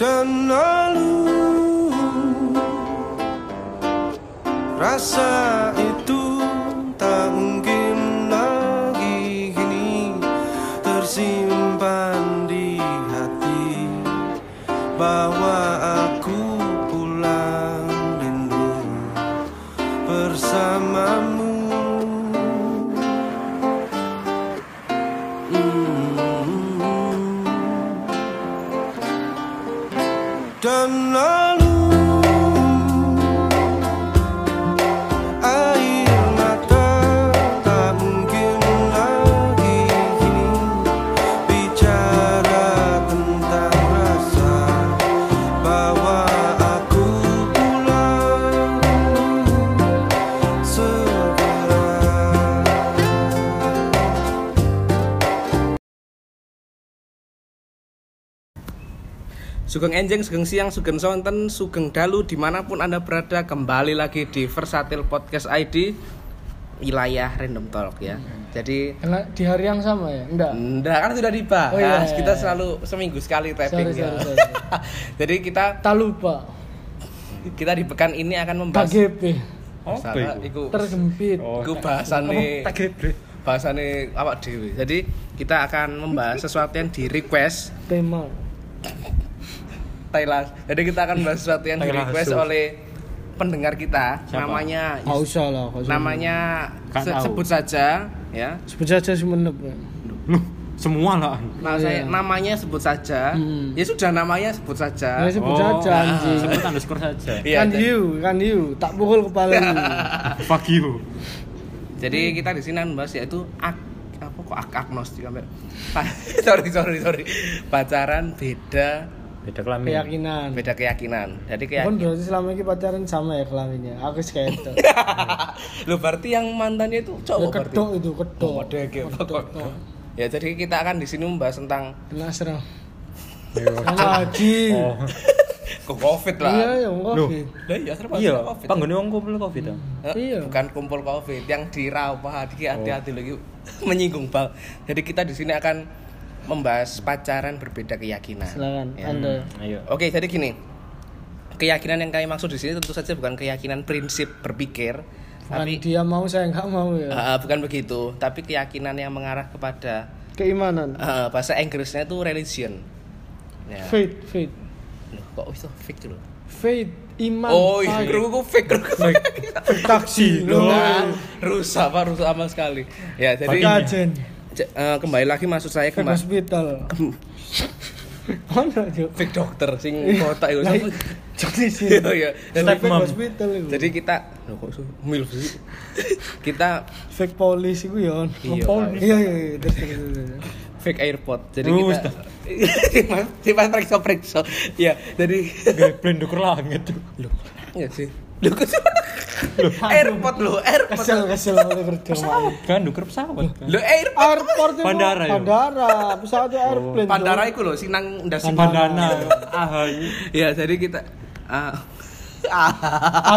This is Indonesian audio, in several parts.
dan lalu Rasa itu tak mungkin lagi kini Tersimpan di hati Bahwa aku pulang rindu bersamamu Mm. dan lalu air mata tak mungkin lagi kini bicara tentang rasa bahwa aku pulang segera. Sugeng Enjing, Sugeng Siang, Sugeng Sonten, Sugeng Dalu Dimanapun Anda berada kembali lagi di Versatil Podcast ID Wilayah Random Talk ya Jadi Karena di hari yang sama ya? Enggak. Enggak, kan sudah dibahas Oh, iya, iya, Kita iya. selalu seminggu sekali Sorry, tappingnya sorry, sorry. Jadi kita Tak lupa. kita di pekan ini akan membahas KGP. Masalah iku, Terjepit. iku bahasane bahasane awak dewi Jadi kita akan membahas sesuatu yang di request Tema. Thailand. Jadi kita akan bahas sesuatu yang di request oleh pendengar kita. Namanya Gak usah lah. gak usah. namanya Kan se- sebut saja ya. Sebut saja Sumenep. ya. semua lah Nah, saya namanya sebut saja. Iya. Hmm. Ya sudah namanya sebut saja. Ya, sebut saja anjing. sebut underscore saja oh. Ah, Iya, Kan jadi- you, kan you. Tak pukul kepala you. Ah, fuck you Jadi Hmm. kita di sini membahas yaitu ak apa kok ak agnostik sampai sorry sorry sorry pacaran beda beda kelamin Keyakinan. beda keyakinan jadi Kan kayak berarti selama ini pacaran sama ya kelaminnya. Aku sih kayak itu. lu berarti yang mantannya itu Ya, cowok Oh, berarti ketok itu, ketok. Oh, ada kayak Ketok, pokok. ketok. ya jadi kita akan di sini membahas tentang Kena serang. Iya, Sama Haji. oh ke covid lah Iya, ya enggak. Lah iya serba iya serba covid. panggone wong kumpul covid ah. Eh, Iya. Oh. Bukan kumpul covid yang dirawat Iki hati-hati lagi menyinggung bal. Jadi kita di sini akan membahas pacaran berbeda keyakinan. Silakan Ya. Anda. ayo Oke, jadi gini. Keyakinan yang kami maksud di sini tentu saja bukan keyakinan prinsip berpikir, Bukan tapi Kan dia mau saya enggak mau ya. Eh, bukan begitu, tapi keyakinan yang mengarah kepada Keimanan. eh, bahasa Inggrisnya itu religion. Ya. Faith, faith. Loh, kok itu fake dulu? Faith, iman. Oh, iya, faith. kru fake, kru- taksi Loh, lo rusak pak rusak sama sekali ya jadi kajen c- eh, kembali lagi maksud saya ke ke mas hospital mana yuk fake dokter sing kotak itu Lah, jadi sih Iya, iya. Jadi- fake mom. hospital itu jadi kita Loh, kok su- milf sih? kita fake polis itu ya Iya, Polis. iya iya iya terus, terus, terus. fake airport jadi Terus, kita Mas, si mas Oh, periksa periksa ya jadi gak blenduk langit Loh, ya sih Loh, kok su- airport lo airport kesel kesel oleh kerja Mak. kan duker pesawat kan lo airport airport itu Bandara, ya? yuk. bandara pesawat Oh. itu airplane pandara itu lo sing nang ndasi Ah. bandana ahay ya jadi kita ah.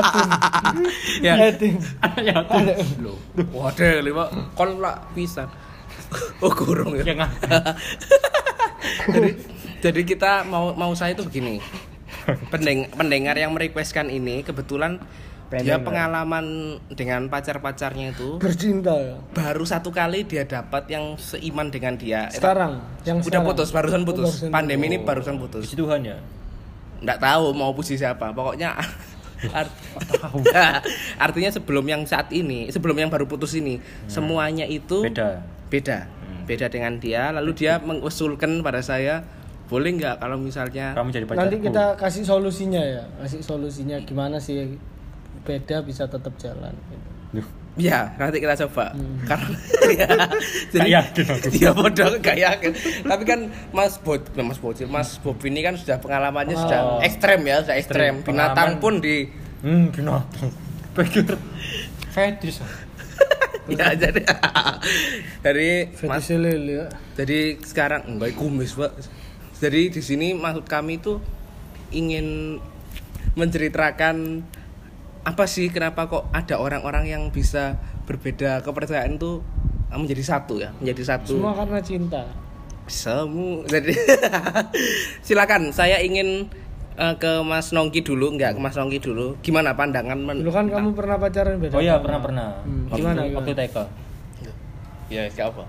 ya Etim. anak yatim Loh, waduh lima kon lah pisan. Oh, kurung ya. Ya, nggak. jadi, jadi kita mau mau saya itu begini. Pendeng, pendengar yang merequestkan ini kebetulan dia pengalaman dengan pacar-pacarnya itu bercinta ya. baru satu kali dia dapat yang seiman dengan dia. sekarang yang Udah sekarang. putus, barusan Oh, putus. barusan. Pandemi ini barusan putus. puji Tuhan ya Nggak tahu mau puji siapa. Pokoknya art- artinya sebelum yang saat ini, sebelum yang baru putus ini, Hmm. semuanya itu beda beda Hmm. beda dengan dia lalu dia mengusulkan pada saya boleh nggak kalau misalnya kamu jadi pacarku nanti kita Hmm. kasih solusinya ya kasih solusinya gimana sih beda bisa tetap jalan gitu. Duh, ya nanti kita coba karena ya, yakin aku. dia bodoh gak yakin tapi kan mas bot mas bocil mas bob ini kan sudah pengalamannya sudah ekstrem ya sudah ekstrem Ekstrem, binatang pengalaman. pun di hmm binatang pikir fetish ya jadi jadi mas Fetish lele ya. Jadi sekarang enggak kumis, Pak. Jadi di sini maksud kami itu ingin menceritakan apa sih kenapa kok ada orang-orang yang bisa berbeda kepercayaan itu eh, menjadi ah, satu ya, menjadi satu. Semua karena cinta. Semu. Jadi silakan saya ingin eh, ke Mas Nongki dulu, enggak ke Mas Nongki dulu. Gimana pandangan men? Dulu kan kamu pernah pacaran beda. Oh iya agama. pernah pernah. Hmm, gimana, Waktu, gimana? waktu TK. Ya, enggak apa.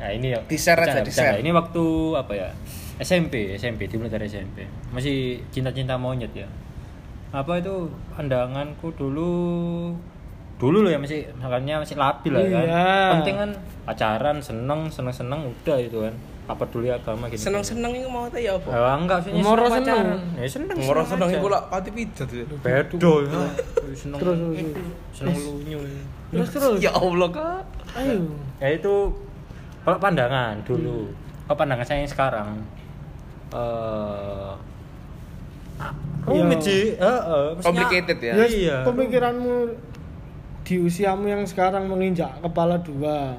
Nah ini ya. Di-share aja, bercanda, di-share. bercanda. Ini waktu apa ya? SMP, SMP, dimulai dari SMP. Masih cinta-cinta monyet ya. Apa itu pandanganku dulu dulu loh ya masih makanya masih labil lah kan. Iya. Penting kan pacaran seneng seneng seneng udah itu kan. Apa dulu agama gitu. Seneng-seneng itu mau teh ya apa? Eh, enggak sih. Moro seneng seneng. pacaran. Ya seneng. Ngoro seneng aja. iku lak pati pijat. ya. Bedo ya. Seneng. Terus, terus, terus. Seneng lunyu. Terus terus. Ya Allah, Kak. Ayo. ya itu kalau pandangan dulu Hmm. kalau pandangan saya yang sekarang eh ah, rumit Iya. sih Eh, eh, maksudnya- Complicated ya? Iya. Yes, iya Pemikiranmu di usiamu yang sekarang menginjak kepala dua.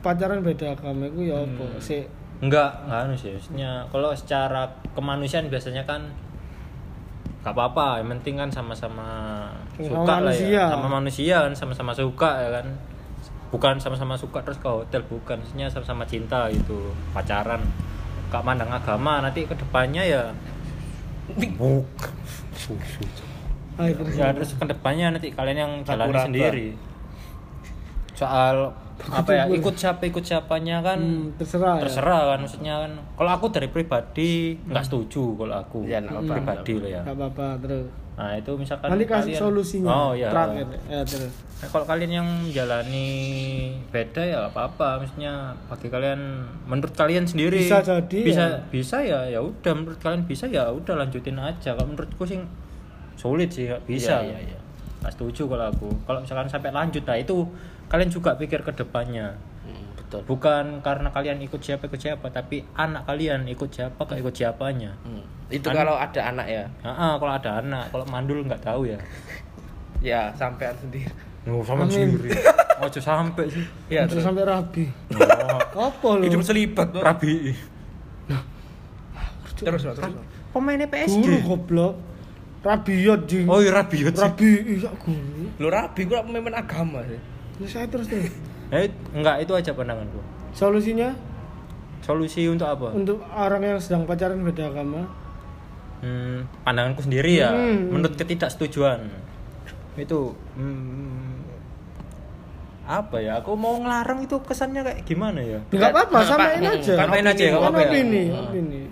Pacaran beda agama itu ya apa? Hmm. Sik. enggak enggak anu sih maksudnya kalau secara kemanusiaan biasanya kan gak apa-apa yang penting kan sama-sama Sama suka lah manusia. ya sama manusia kan sama-sama suka ya kan bukan sama-sama suka terus ke hotel bukan maksudnya sama-sama cinta gitu pacaran gak mandang agama nanti kedepannya ya Buk. Ayo terus. ya terus kedepannya nanti kalian yang jalani Rata-rata. sendiri soal apa ya ikut siapa ikut siapanya kan Hmm, terserah. ya. terserah kan maksudnya kan kalau aku dari pribadi nggak Hmm. setuju kalau aku Ya, nggak apa-apa. pribadi loh ya Gak apa-apa terus. nah itu misalkan Nanti kasih kalian- solusinya. oh iya Terakhir. Ya terus. Nah, kalau kalian yang menjalani beda ya nggak apa-apa maksudnya bagi kalian menurut kalian sendiri Bisa jadi bisa ya. bisa ya ya udah menurut kalian bisa ya udah lanjutin aja kalau menurutku sih sulit sih nggak bisa Iya, iya, iya. Nggak setuju kalau aku kalau misalkan sampai lanjut nah itu kalian juga pikir ke depannya Hmm, Betul. bukan karena kalian ikut siapa ikut siapa tapi anak kalian ikut siapa ke ikut siapanya Hmm. Itu kalau ada anak ya. Ah, ah, kalau ada anak kalau mandul nggak tahu ya Ya, sampean sendiri. Oh, sama sendiri. Ojo sampai sih. Ya, terus sampai rabi. Oh. Apa lu? hidup selibat. Bro. Rabi. Terus, terus. terus. Pemainnya Guru goblok. Rabiot jing. Oh, iya Rabi. Rabi iya guru. Lu rabi gua pemimpin agama sih. Ya saya terus terus. Eh, enggak itu aja pandanganku. Solusinya Solusi untuk apa? untuk orang yang sedang pacaran beda agama. Hmm, pandanganku sendiri ya, Hmm. menurut ketidaksetujuan. Itu hmm, apa ya? Aku mau ngelarang itu kesannya kayak gimana ya? Enggak apa-apa, Nah, samain Pak, aja. samain aja, nggak Kan apa-apa ya. opini, Hmm. opini.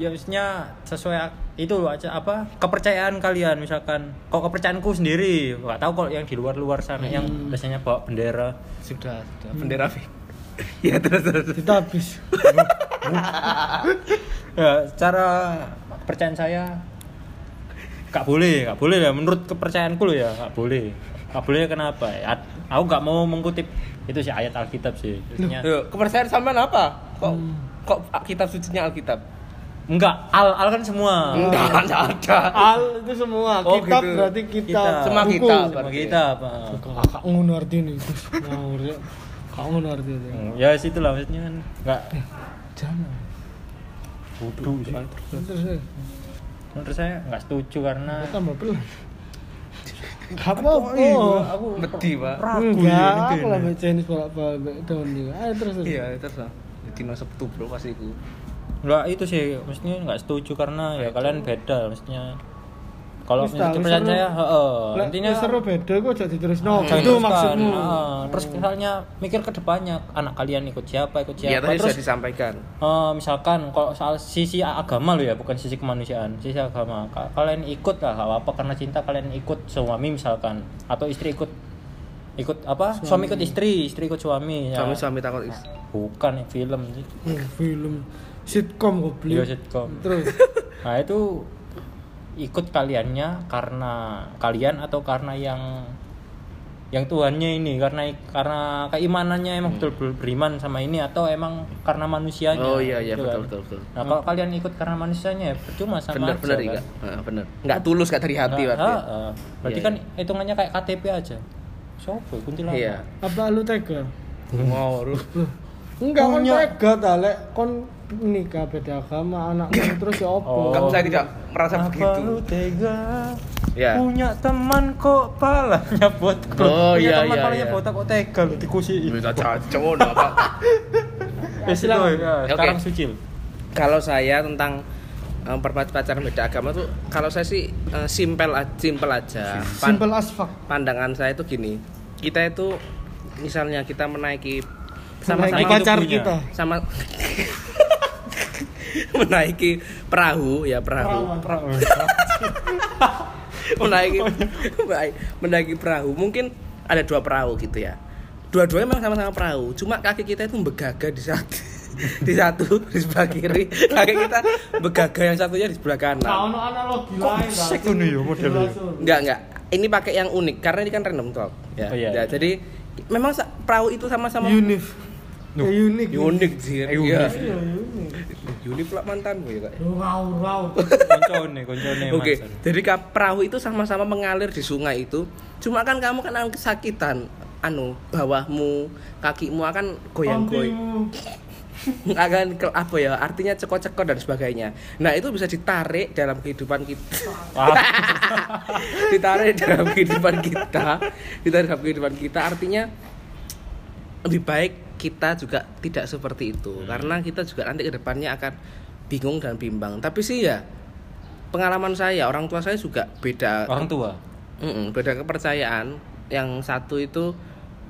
Ya maksudnya sesuai itu aja apa kepercayaan kalian misalkan. Kok kepercayaanku sendiri, nggak tahu kalau yang di luar-luar sana yang biasanya bawa bendera. Sudah, sudah. Bendera Fik. ya, Hmm. terus, terus. terus. Kita habis. ya secara percayaan saya nggak boleh nggak boleh ya menurut kepercayaanku loh ya nggak boleh nggak boleh kenapa ya, aku nggak mau mengutip itu sih ayat alkitab sih Maksudnya, Yo, Ya. kepercayaan sampean apa? Kok kok kitab sucinya Alkitab? enggak al al kan semua Enggak, enggak ada. Al itu semua. Oh, kitab gitu. berarti kitab. Kitab. Semua buku. kitab. sama kita apa Kakak ngono artine. Ngawur ya. Kakak ngono artine. ya situ lah maksudnya kan nggak Jangan. bodoh sih Terus eh, menurut saya nggak setuju karena tambah pelan. Gak apa-apa. aku Medi, Pak. Enggak, aku lah mbak Chinese bolak-balik daun juga. Ayo terus terus. Iya, terus lah. Dino Sabtu bro pasti iku. nggak itu sih maksudnya nggak setuju karena ya kalian beda maksudnya kalau Wis tahu, menurut kepercayaan seru. saya heeh Lah, intinya Ah. ya seru beda kok jadi terus no. Jangan Itu teruskan. maksudmu. Heeh. Ah, terus misalnya mikir ke depannya anak kalian ikut siapa ikut Iya, tadi siapa sudah terus disampaikan. eh, misalkan kalau soal sisi agama lo ya bukan sisi kemanusiaan sisi agama Ka- kalian ikut lah nggak apa karena cinta kalian ikut suami misalkan atau istri ikut ikut apa suami, ikut istri istri ikut suami ya. Suami-suami takut is- bukan film sih Oh, film sitkom Iya, goblok. sitcom. Terus Nah itu ikut kaliannya karena kalian atau karena yang yang Tuhannya ini karena karena keimanannya Hmm. emang betul-betul beriman sama ini atau emang karena manusianya. Oh iya iya gitu kan. betul betul betul. Nah kalau kalian ikut karena manusianya ya percuma sama Bener aja, bener kan. iya. Heeh, bener. Enggak tulus enggak dari hati Nah, berarti. ah, ah. Berarti Iya, kan hitungannya kayak KTP aja. Sopo kuntilanak. Iya. apa lu tega? Wow, lu. Enggak kon tega ta lek kon nikah beda agama anakmu terus ya Oh. opo? Kamu saya tidak merasa Kenapa lu begitu. tega? Ya. Punya teman kok palanya botak. Oh, iya, Punya teman iya, palanya iya. botak kok tega lu dikusiin. Bisa cacau apa? Wes itu ya, Oke. sekarang sucil. kalau saya tentang eh, perpa- pacaran beda agama tuh kalau saya sih eh, simpel a- simpel aja Pan- Simple as fuck. pandangan saya itu gini kita itu misalnya kita menaiki Menaiki sama-sama pacar hidup punya. kita. sama menaiki perahu ya perahu menaiki menaik- menaiki perahu mungkin ada dua perahu gitu ya dua-duanya memang sama-sama perahu cuma kaki kita itu begaga di satu di satu di sebelah kiri kaki kita begaga yang satunya di sebelah kanan Nah, ono analogi lain. Kok sek ngono ya modelnya? Enggak, enggak. Ini pakai yang unik karena ini kan random talk. Ya. Oh, iya. Ya, jadi memang sa- perahu itu sama-sama Unif. Nuh. Eh, unik. unik sih. Eh, Iya. unik. Iya, unik. Unik lah mantanmu ya, Kak. Wow, wow. Koncone, koncone Mas. Oke, jadi ka- perahu itu sama-sama mengalir di sungai itu. Cuma kan kamu kan akan kesakitan anu bawahmu, kakimu akan goyang-goyang. Kontimu. akan ke- apa ya? Artinya cekok-cekok dan sebagainya. Nah, itu bisa ditarik dalam kehidupan kita. Wah, ditarik dalam kehidupan kita ditarik dalam kehidupan kita artinya lebih baik kita juga tidak seperti itu karena kita juga nanti kedepannya akan bingung dan bimbang tapi sih ya pengalaman saya orang tua saya juga beda orang tua. Mm-mm, beda kepercayaan yang satu itu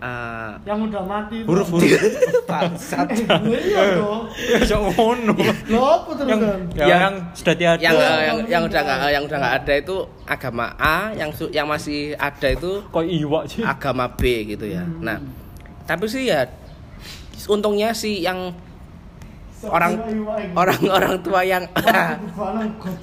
uh, Yang udah mati. itu. Huruf-huruf. bangsat. Eh, iya dong. Ya sok ngono. Lho, apa terusan? Yang yang, Yang- yang sudah tiada. yang eh, yang, yang udah nggak yang udah nggak ada itu agama A yang su- yang masih ada itu kok iwak sih. agama B gitu ya. Nah, tapi sih ya untungnya sih yang orang orang orang tua yang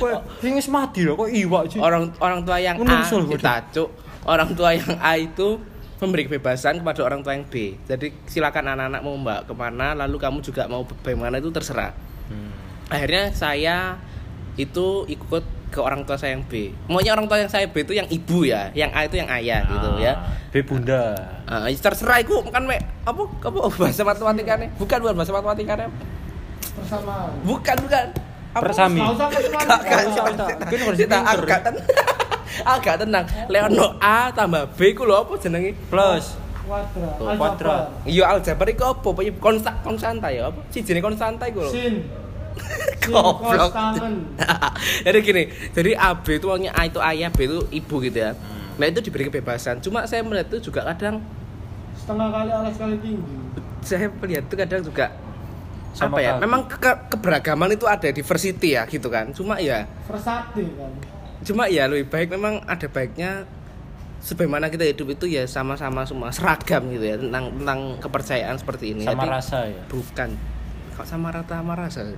Kok sing wis mati lho kok iwak sih. orang orang tua yang Ngono A nyusul, waduh. ditacuk, orang tua yang A itu memberi kebebasan kepada orang tua yang B. Jadi silakan anak-anak mau mbak kemana, lalu kamu juga mau bagaimana itu terserah. Hmm, Akhirnya saya itu ikut ke orang tua saya yang B. Maunya orang tua yang saya B itu yang ibu ya, yang A itu yang ayah gitu Ah. ya. Be bunda. Ah, terserah iku kan mek apa apa bahasa matematikane? Bukan bukan bahasa matematikane. Bersama. Bukan bukan. Apa? Persami. Nggak usah kesana. Kak, kak, Oh, tak. Kan harus Cita, pinter. agak tenang. agak tenang. Leono A tambah B ku lho apa jenenge? Oh, Plus. Kuadrat. Tuh, aljabar, kuadrat. Iya aljabar iku apa? Pokoknya konsta konstanta ya apa? Sijine konstanta iku lho. Sin. Sin Goblok. konstanten. jadi gini, jadi AB itu maunya A itu ayah, B itu ibu gitu ya. Nah itu diberi kebebasan. Cuma saya melihat itu juga kadang Setengah kali alas kali tinggi. saya melihat itu kadang juga apa Sama ya kaku. memang ke- keberagaman itu ada diversity ya gitu kan cuma ya Versate kan. cuma ya lebih baik memang ada baiknya sebagaimana kita hidup itu ya sama-sama semua seragam gitu ya tentang tentang kepercayaan seperti ini Sama Jadi, rasa ya. bukan kok sama rata sama rasa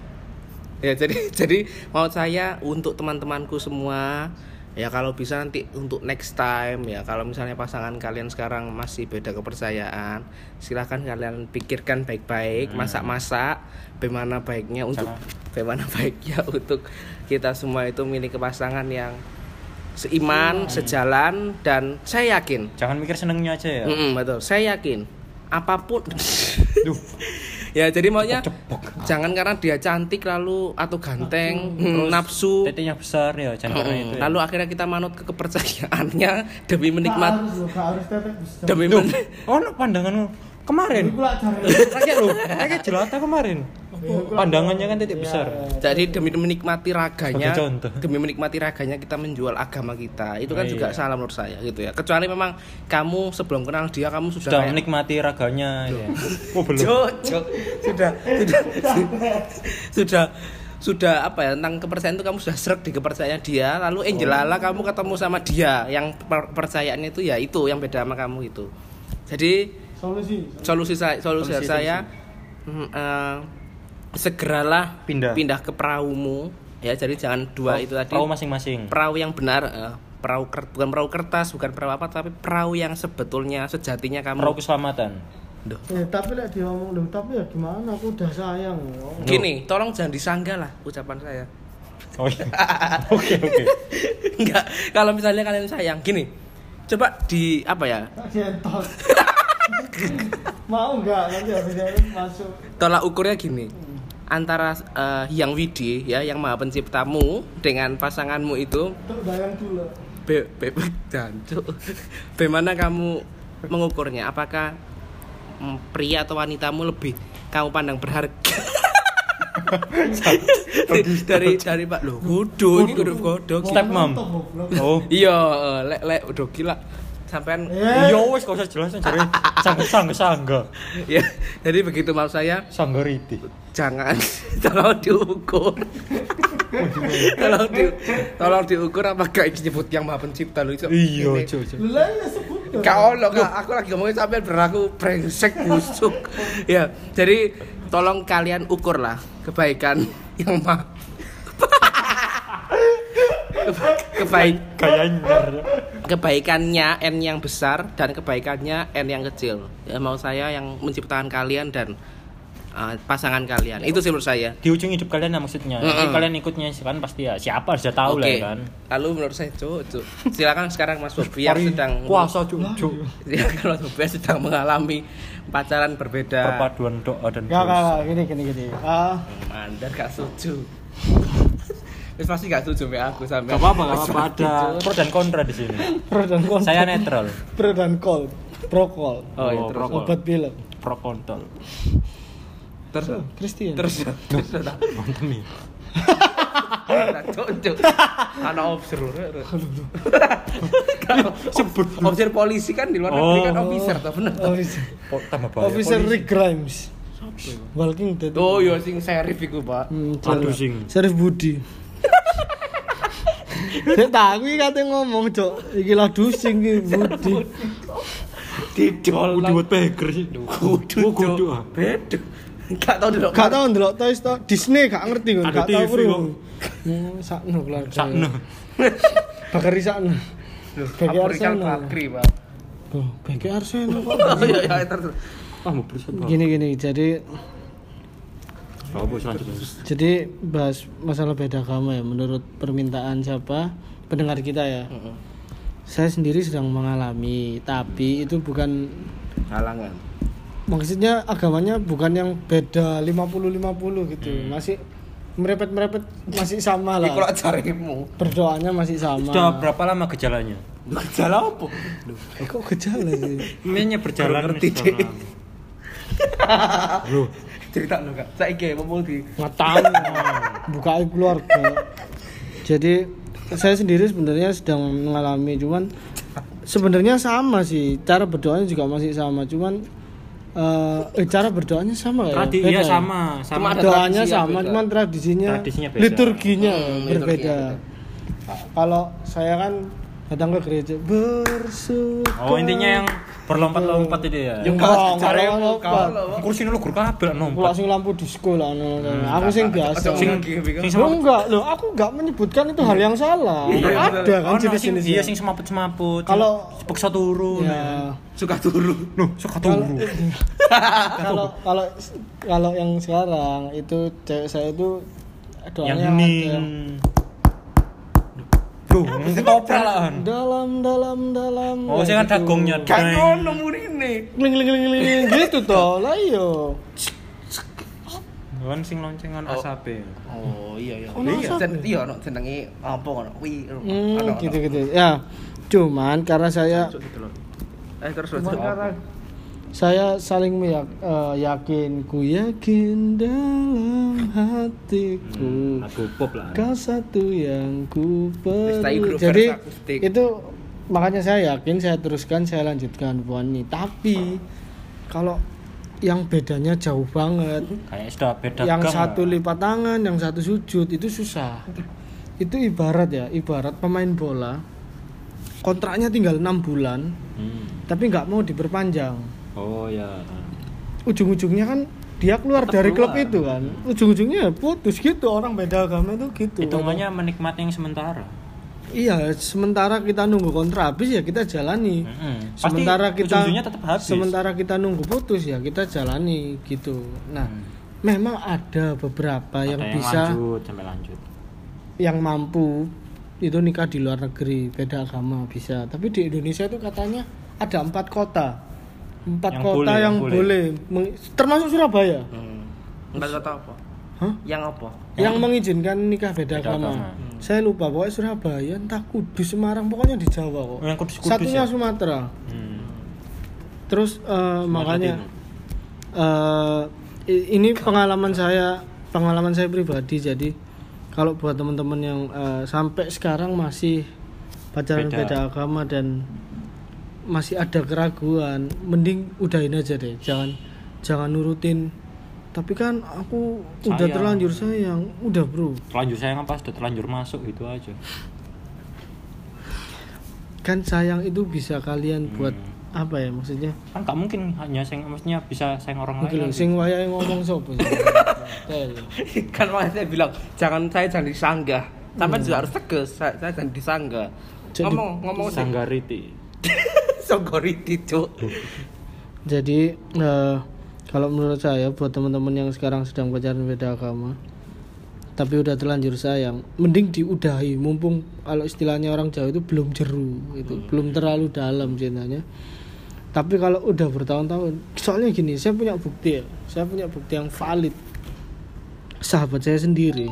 ya jadi jadi mau saya untuk teman-temanku semua ya kalau bisa nanti untuk next time ya kalau misalnya pasangan kalian sekarang masih beda kepercayaan silahkan kalian pikirkan baik-baik masak-masak bagaimana baiknya untuk bagaimana baiknya untuk kita semua itu milik pasangan yang seiman sejalan dan saya yakin Jangan mikir senengnya aja ya. Mm-mm, betul saya yakin apapun Duh, ya jadi maunya cepok. jangan karena dia cantik lalu atau ganteng hmm, Terus nafsu Tetenya besar ya, jangan karena Hmm, itu. ya. lalu akhirnya kita manut ke kepercayaannya demi Nggak menikmat harus loh, nggak harus tetep bisa. demi men- Oh, no, pandanganmu kemarin. Iku lah jarene. Rakyat lo, rakyat jelata kemarin. Pandangannya kan Ya. Iya, titik besar. iya. jadi demi menikmati raganya Sebagai contoh. demi menikmati raganya kita menjual agama kita itu kan Iya. juga salah menurut saya gitu ya kecuali memang kamu sebelum kenal dia kamu sudah, Sudah kayak- menikmati raganya ya. Oh, belum. Cocok. Sudah, sudah, sudah, sudah apa ya tentang kepercayaan itu kamu sudah srek di kepercayaan dia lalu Angelala Oh. kamu ketemu sama dia yang per- percayaannya itu ya itu yang beda sama kamu itu jadi Solusi. solusi saya solusi, Solusi, saya mm, eh, segeralah Pindah. ke perahumu ya jadi jangan dua itu tadi Tahu masing-masing. perahu yang benar eh, perahu ker- bukan perahu kertas bukan perahu apa tapi perahu yang sebetulnya sejatinya kamu Perahu keselamatan. Duh. Eh, tapi lek diomong lho, tapi ya gimana aku udah sayang. ya loh. Gini, tolong jangan disangka lah ucapan saya. Oh iya. Oke, oke. Enggak, kalau misalnya kalian sayang, gini. Coba di apa ya? Tak dientos. Mau nggak nanti habis ini masuk. Tolak ukurnya gini. Antara eh, Yang Widi ya, yang Maha Penciptamu dengan pasanganmu itu Tuh bayang dulu. be, be, jancuk. Bagaimana kamu mengukurnya? Apakah mm, pria atau wanitamu lebih kamu pandang berharga dari dari Pak lo kudu ini kudu godok Step mom. Oh. iya eh, lek lek udah gila sampean Eh, Iya wes kau usah jelasin jare sang sang sangga. ya jadi begitu mau saya Sanggariti. jangan tolong diukur tolong di, tolong diukur apakah ini nyebut yang maha pencipta lu itu Iya, cuk. cuk. Lah ya sebut dong. kau lo aku lagi ngomongin sampai berlaku brengsek busuk ya jadi tolong kalian ukurlah kebaikan yang maha Keba- kebaik Kayak nyer. kebaikannya n yang besar dan kebaikannya n yang kecil ya, mau saya yang menciptakan kalian dan uh, pasangan kalian itu sih menurut saya Di ujung hidup kalian lah maksudnya. Jadi Mm-mm. kalian ikutnya sih kan pasti ya siapa sudah tahu lah Oke. ya kan. Lalu menurut saya cuk, cuk. Silakan sekarang Mas Bobi yang Mari sedang puasa cuk. cuk. Silakan Mas Bobi yang sedang mengalami pacaran berbeda. Perpaduan doa dan Enggak, enggak, dosa. enggak, gini gini gini. Ah, Hmm, Anda gak setuju. Wis pasti gak setuju sama aku sampe. Gak apa-apa, gak apa-apa. Ada pro dan kontra di sini. pro dan kontra. Saya netral. pro dan kol, pro kol. Oh, iya, Oh, terus. Kol. Obat pilek. Pro kontol. Terus. Christian. Terus. Terus. Mantep nih. Cocok. Ana officer. Sebut officer polisi kan di luar negeri kan Oh. officer toh bener toh. Officer, Po- Oh, Tambah bahaya. officer polisi. Rick Grimes. Walking Dead. Oh yo sing serif iku, Pak. Hmm, jalan. Aduh, Ah, sing. Serif Budi. Saya tak aku kate ngomong, Cok. Iki lah dusing iki Budi. Didol. Udah buat peker sih. Kudu. Oh, kudu, ah. Bedu. Gak tau delok. Gak tau ndelok Toy Story Disney gak ngerti kan, Ada gak tau TV kok. bro. Hmm, sakno keluarga. Sakno. Bakari sakno. Bagi Apa Rizal Arsenal. Bakri, Pak? Tuh, bagi Arsenal kok. Oh, iya, iya, ntar, ntar. Ah, mau berusaha. Gini gini, jadi Oh, bos lanjut. lanjut. jadi bahas masalah beda agama ya menurut permintaan siapa pendengar kita ya. Saya sendiri sedang mengalami, tapi itu bukan Halangan. maksudnya agamanya bukan yang beda 50-50 gitu. Mm. Masih merepet-merepet masih sama Ini kalau lah. carimu. Berdoanya masih sama. Sudah berapa lama gejalanya? Gejala apa? Eh, kok gejala sih? Ini berjalan Kurang ngerti, sudah Dik. lama. Loh, Cerita lu kak. Saya kayak ngomong di. ngetahu buka aib keluarga jadi saya sendiri sebenarnya sedang mengalami cuman sebenarnya sama sih cara berdoanya juga masih sama cuman eh, eh, cara berdoanya sama ya Tadi Beda iya ya? sama, sama. Ada doanya tradisi yang sama beda. cuman tradisinya, Tradisinya beda. liturginya Hmm, berbeda liturginya kalau saya kan datang ke gereja bersyukur Oh, intinya yang berlompat-lompat itu ya. Yang Kau kau- carimu. kau- Kau lo. Kursi lu gur kabel Kalau nompat. sing lampu disco lah anu- anu. aku sing biasa Sing Sing Lo semaput. Iya, enggak, loh aku enggak menyebutkan itu hal Iya. yang salah. Ada kan Oh, no, sing- jenis-jenis. Iya, sing semaput-semaput. Kalau- paksa turun. Ya. suka turu. nah. Loh, suka turun. Kalau kalau kalau yang sekarang itu cewek saya itu Yang doanya ini. Loh, ketoprak lah. ada dalam dalam dalam. gitu. Oh, saya kan dagongnya. Gak ngono murine. Ling ling ling ling ling, gitu toh. Lah iyo. Kan sing loncengan asape. Oh iya iya. Ono Iya, asap sen- ya? iya ono jenenge apa ono? Wi. Hmm, ono, ono. gitu-gitu. Ya. Cuman karena saya Cuk, gitu loh. Eh terus terus. Cuman karena Apa? saya saling meyak, eh, yakin ku yakin dalam Hmm, hatiku Lagu pop lah. Kau satu yang ku Pesta perlu. Igro Jadi versi akustik. itu makanya saya yakin saya teruskan saya lanjutkan hubungan ini. Tapi kalau yang bedanya jauh banget, Kayak sudah beda yang gang satu lah. lipat tangan, yang satu sujud itu susah. Itu ibarat ya, ibarat pemain bola kontraknya tinggal enam bulan, Hmm. tapi nggak mau diperpanjang. Oh ya. Ujung-ujungnya kan dia keluar Tetap dari klub keluar. itu kan, ujung-ujungnya putus gitu orang beda agama itu gitu. Hitungannya menikmati yang sementara. Iya, sementara kita nunggu kontrak habis ya kita jalani. Mm-mm. Pasti Sementara kita ujung-ujungnya tetap habis. sementara kita nunggu putus ya kita jalani gitu. Nah, Hmm. memang ada beberapa Ada yang, bisa lanjut sampai lanjut. yang mampu itu nikah di luar negeri, beda agama bisa. Tapi di Indonesia itu katanya ada empat kota, empat Yang kota boleh, Mm. yang, yang boleh, Meng- termasuk Surabaya, Hmm. Enggak kata apa? Hah? Yang apa? yang mengizinkan nikah beda, Mm. Beda agama. agama. Saya lupa pokoknya Surabaya, entah Kudus, Semarang, pokoknya di Jawa kok. Oh, Yang kudus-kudus Satunya ya. Sumatera. Hmm. Terus eh, makanya Timur. eh, i- ini pengalaman saya pengalaman saya pribadi jadi kalau buat teman-teman yang eh, sampai sekarang masih pacaran Beda. beda agama dan masih ada keraguan mending udahin aja deh jangan jangan nurutin tapi kan aku udah Sayang. terlanjur sayang udah bro terlanjur sayang apa sudah terlanjur masuk gitu aja kan sayang itu bisa kalian buat Hmm. apa ya maksudnya kan nggak mungkin hanya sayang maksudnya bisa sayang orang Oke lho, lain lagi. sing wayahe ngomong sapa sih? Tel. kan makanya saya bilang jangan saya jangan disanggah tapi juga harus tegas saya, saya jangan disanggah Hmm. Jadi- ngomong ngomong sih sanggariti sogoriti cuk Jadi eh, kalau menurut saya buat teman-teman yang sekarang sedang pacaran beda agama tapi udah terlanjur sayang, mending diudahi mumpung kalau istilahnya orang Jawa itu belum jeru itu, belum terlalu dalam cintanya. Tapi kalau udah bertahun-tahun, soalnya gini, saya punya bukti ya. Saya punya bukti yang valid. Sahabat saya sendiri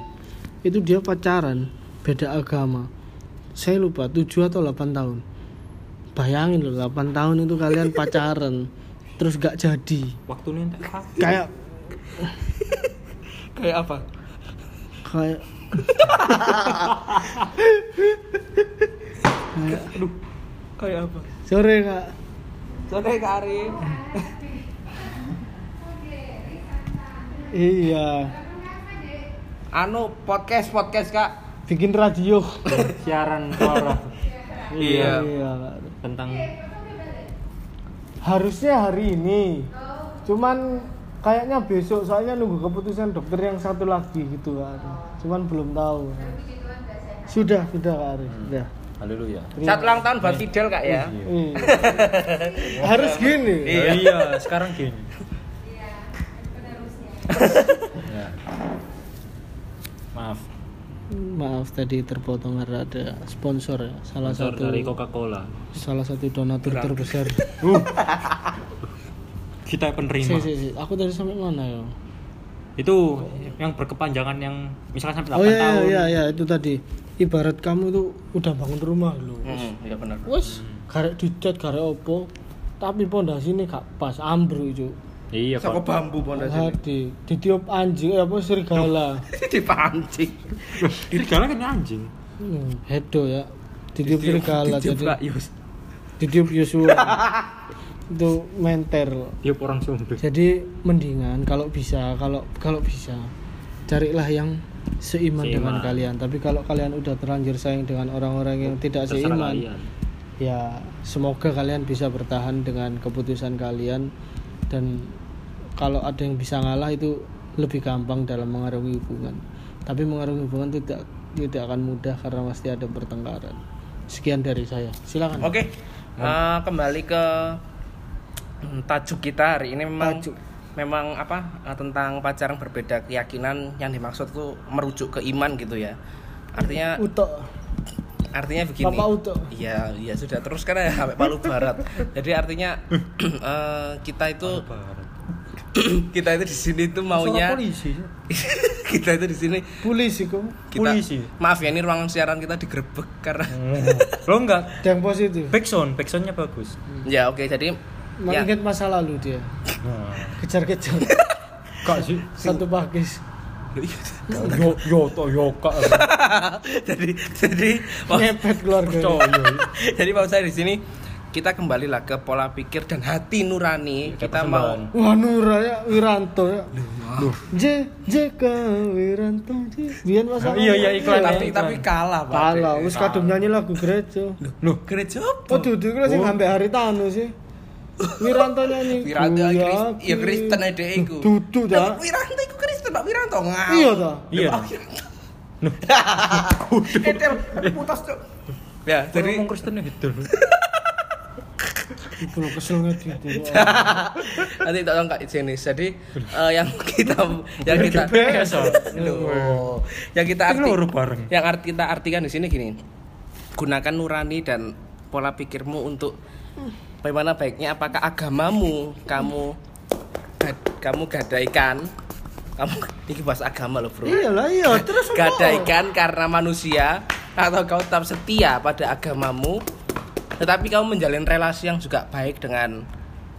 itu dia pacaran beda agama. Saya lupa 7 atau 8 tahun. Bayangin loh 8 tahun itu kalian pacaran terus gak jadi. waktu ini entek habis. Kayak kayak apa kayak aduh kayak apa sore Kak. sore kak Arif Iya, anu podcast podcast kak bikin radio. siaran suara Iya. iya Kak. tentang Harusnya hari ini. Cuman kayaknya besok soalnya nunggu keputusan dokter yang satu lagi gitu Kak. Cuman belum tahu. Sudah, sudah Kak Arif. Sudah. haleluya Terima- saat ulang tahun buat Fidel kak ya Iya. Harus gini. iya, iya sekarang gini iya maaf Maaf tadi terpotong karena ada sponsor ya. Salah sponsor satu dari Coca Cola salah satu donatur terbesar. kita si, penerima si, si. Aku tadi sampai mana ya? itu yang berkepanjangan yang misalkan sampai 8 Oh iya iya, tahun iya iya, itu tadi. Ibarat kamu tuh udah bangun rumah loh. hmm, iya benar Wes, karek dicat, karek opo. Tapi pondasi ini gak pas, ambruk itu. iya Soko kok bambu pondasi Hadi, ditiup anjing, eh, apa serigala. dipancing ditinggalnya kayaknya kan anjing Hmm, Hedo ya, ditiup serigala Ditiup, Kak jadi Yus. ditiup Yosua. itu menter. tiup orang sumber Jadi mendingan kalau bisa, kalau kalau bisa carilah yang seiman, Seiman. dengan kalian. Tapi kalau kalian udah terlanjur sayang dengan orang-orang yang tidak seiman, ya semoga kalian bisa bertahan dengan keputusan kalian dan kalau ada yang bisa ngalah itu lebih gampang dalam mengarungi hubungan. Tapi mengarungi hubungan tidak tidak akan mudah karena pasti ada pertengkaran. Sekian dari saya. Silakan. Oke, eh, kembali ke mm, tajuk kita hari ini memang Tajuk. memang apa eh, tentang pacaran berbeda keyakinan yang dimaksud tuh merujuk ke iman gitu ya. Artinya Utok. artinya begini. Bapak Uto. Iya, iya sudah terus karena sampai Palu Barat. Jadi artinya eh, kita itu kita itu di sini tuh maunya polisi kita itu di sini Polisi kok. kita Polisi. Iya. maaf ya ini ruangan siaran kita digerebek karena lo enggak Yang positif. backsound backsoundnya bagus ya oke jadi ya, Mengingat masa lalu dia. Nah. Kejar-kejar. kak sih satu pakis yo yo to yo kak jadi jadi oh, ngepet keluarga percaya Jadi maksud saya di sini kita kembalilah ke pola pikir dan hati nurani. kita mau wah Nura ya Wiranto ya J J K Wiranto J Bian masa Iya, iya, iklan. tapi Keren. tapi kalah, Pak. ya, kalah wis kadung nyanyi lagu gereja Loh, gereja oh apa? duduk kira sing ambek hari tanu sih Wiranto nyanyi Wiranto Ku Kristen, yakin. ya Kristen ade iku. Duduk, dah. Lah, Wiranto iku Kristen, Pak Wiranto. Ngau. iya toh iya Ketel putus tuh. Ya, jadi jadi Kristen gitu ibu lo kesel gitu nanti tolong Kak jenis. Jadi eh, yang kita yang kita Loh, yang kita arti Kan loro Hmm. bareng. yang arti kita artikan di sini gini gunakan nurani dan pola pikirmu untuk bagaimana baiknya apakah agamamu kamu gad- kamu gadaikan kamu ini bahasa agama loh bro iya lah iya terus apa? gadaikan karena manusia atau kau tetap setia pada agamamu tetapi kamu menjalin relasi yang juga baik dengan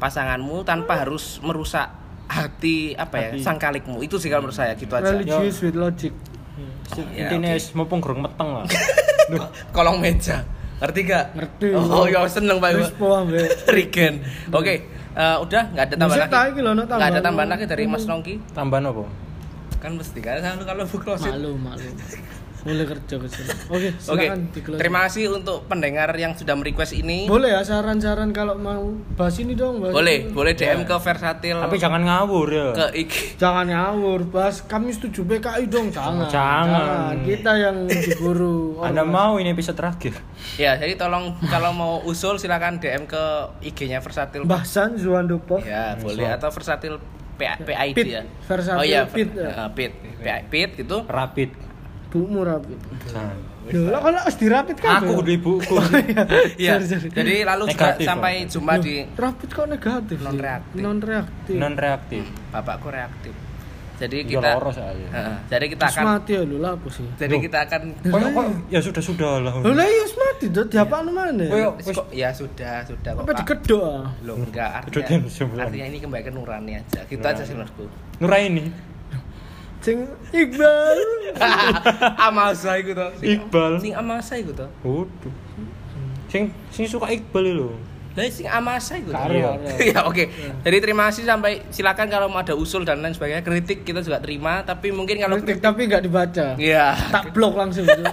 pasanganmu tanpa harus merusak hati apa ya sangkalikmu itu sih kalau menurut saya gitu aja religious with logic Ya, Intinya wis mumpung gerung meteng lah. kolong meja ngerti gak Ngerti. oh ya seneng pak wis paham ya Regen oke eh, udah nggak ada tambahan Bisa tak lagi iki lho, Hmm. nak nggak ada tambahan. tambahan lagi dari Mas Nongki Tambah nopo? kan mesti kan kalau kalau bu closing malu malu boleh kerja ke sini oke Oke, silakan di close. terima kasih untuk pendengar yang sudah merequest ini. boleh ya saran-saran kalau mau bahas ini dong bahas Boleh, ini. boleh DM ke Versatil, Tapi jangan ngawur ya. ke IG. jangan ngawur bahas kami setuju PKI dong jangan Jangan. kita yang diburu Anda mau ini episode terakhir. Ya, jadi tolong kalau mau usul silakan DM ke IG-nya Versatil. Mbah San Zuwandopo Ya, boleh atau Versatil P- PID Pit. ya. Versatil oh iya, Pit, Pit. ya. Pit. P- Pit gitu. Rapid. Bu Murabi Jangan. Loh, kalau harus dirapit kan Aku udah ibuku. Iya. Sorry, sorry. Jadi lalu juga Negatif, sampai Pak. jumpa di rapit kok negatif Non reaktif. non reaktif Non reaktif. Bapakku reaktif. Jadi Iya kita loro soalnya. Heeh, jadi kita Terus akan mati ya lu lah apa sih jadi kita akan Kayak kok ya sudah sudah lah. Loh, lah iya mati tuh diapaan mana Kayak wis Kok- ya sudah, sudah kok, apa Pak. digedok ah? Loh enggak Jodoh artinya, yang sebelah. artinya ini kembali ke nurani aja. Gitu aja sih menurutku. Nuraini. Sing Iqbal. amasa iku to. Sing- Iqbal. Sing amasa iku to. Waduh. Sing sing suka Iqbal lho. Lah sing amasa iku to. Iya. ya oke. Jadi terima kasih sampai silakan kalau mau ada usul dan lain sebagainya kritik kita juga terima tapi mungkin kalau kritik Kritik tapi nggak dibaca. Iya. Tak blok langsung gitu.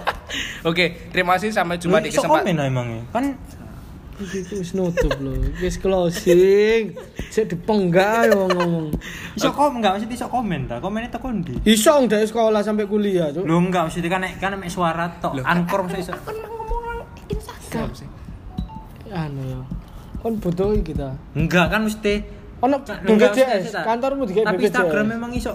Oke, terima kasih sampai jumpa di Lu sok kesempatan komen lah emangnya. Kan Itu wis nutup lho. Wis closing. Sik dipenggah ya wong ngomong. iso komen enggak mesti iso komen ta. Komennya teko ndi? Iso wong dari sekolah sampai kuliah tuh. Lu enggak mesti kan nek- kan mek suara tok. Angkor mesti iso. Instagram sih. Anu ya. Kon butuh kita. Enggak kan mesti Ono Enggak, BPJS, mesti- kantormu di Tapi Instagram BPJS. memang iso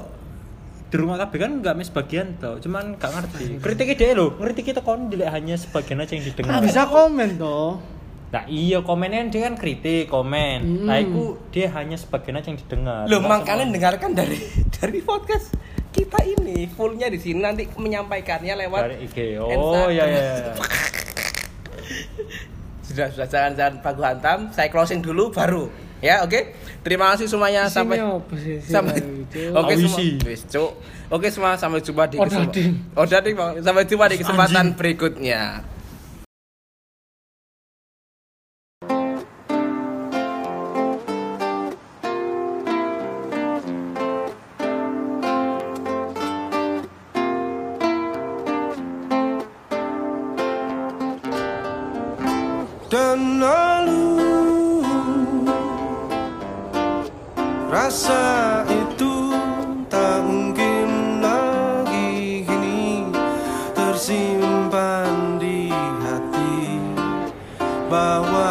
di rumah KB kan enggak mes sebagian tau, cuman enggak ngerti. Kritiknya dia loh, kritiknya itu kon dilek hanya sebagian aja yang Nah, didengar. bisa komen toh. Nah iya komennya dia kan kritik komen. Hmm. Nah itu dia hanya sebagian aja yang didengar. Loh, Enggak makanya dengarkan dari dari podcast kita ini fullnya di sini nanti menyampaikannya lewat semua. dari IG. Oh iya iya. iya. sudah sudah jangan jangan pagu hantam saya closing dulu baru ya oke terima kasih semuanya sampai Isinya apa sih? Isinya sampai Oh, itu. oke Awisi. semua Wis, Cuk. oke semua sampai jumpa di Odading. kesempatan Odading, Bang. sampai jumpa di kesempatan berikutnya dan lalu rasa itu tak mungkin lagi kini tersimpan di hati bahwa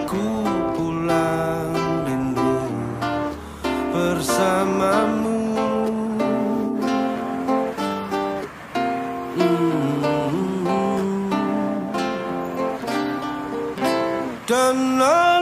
aku pulang rindu bersamamu Hmm. Mm. dan lalu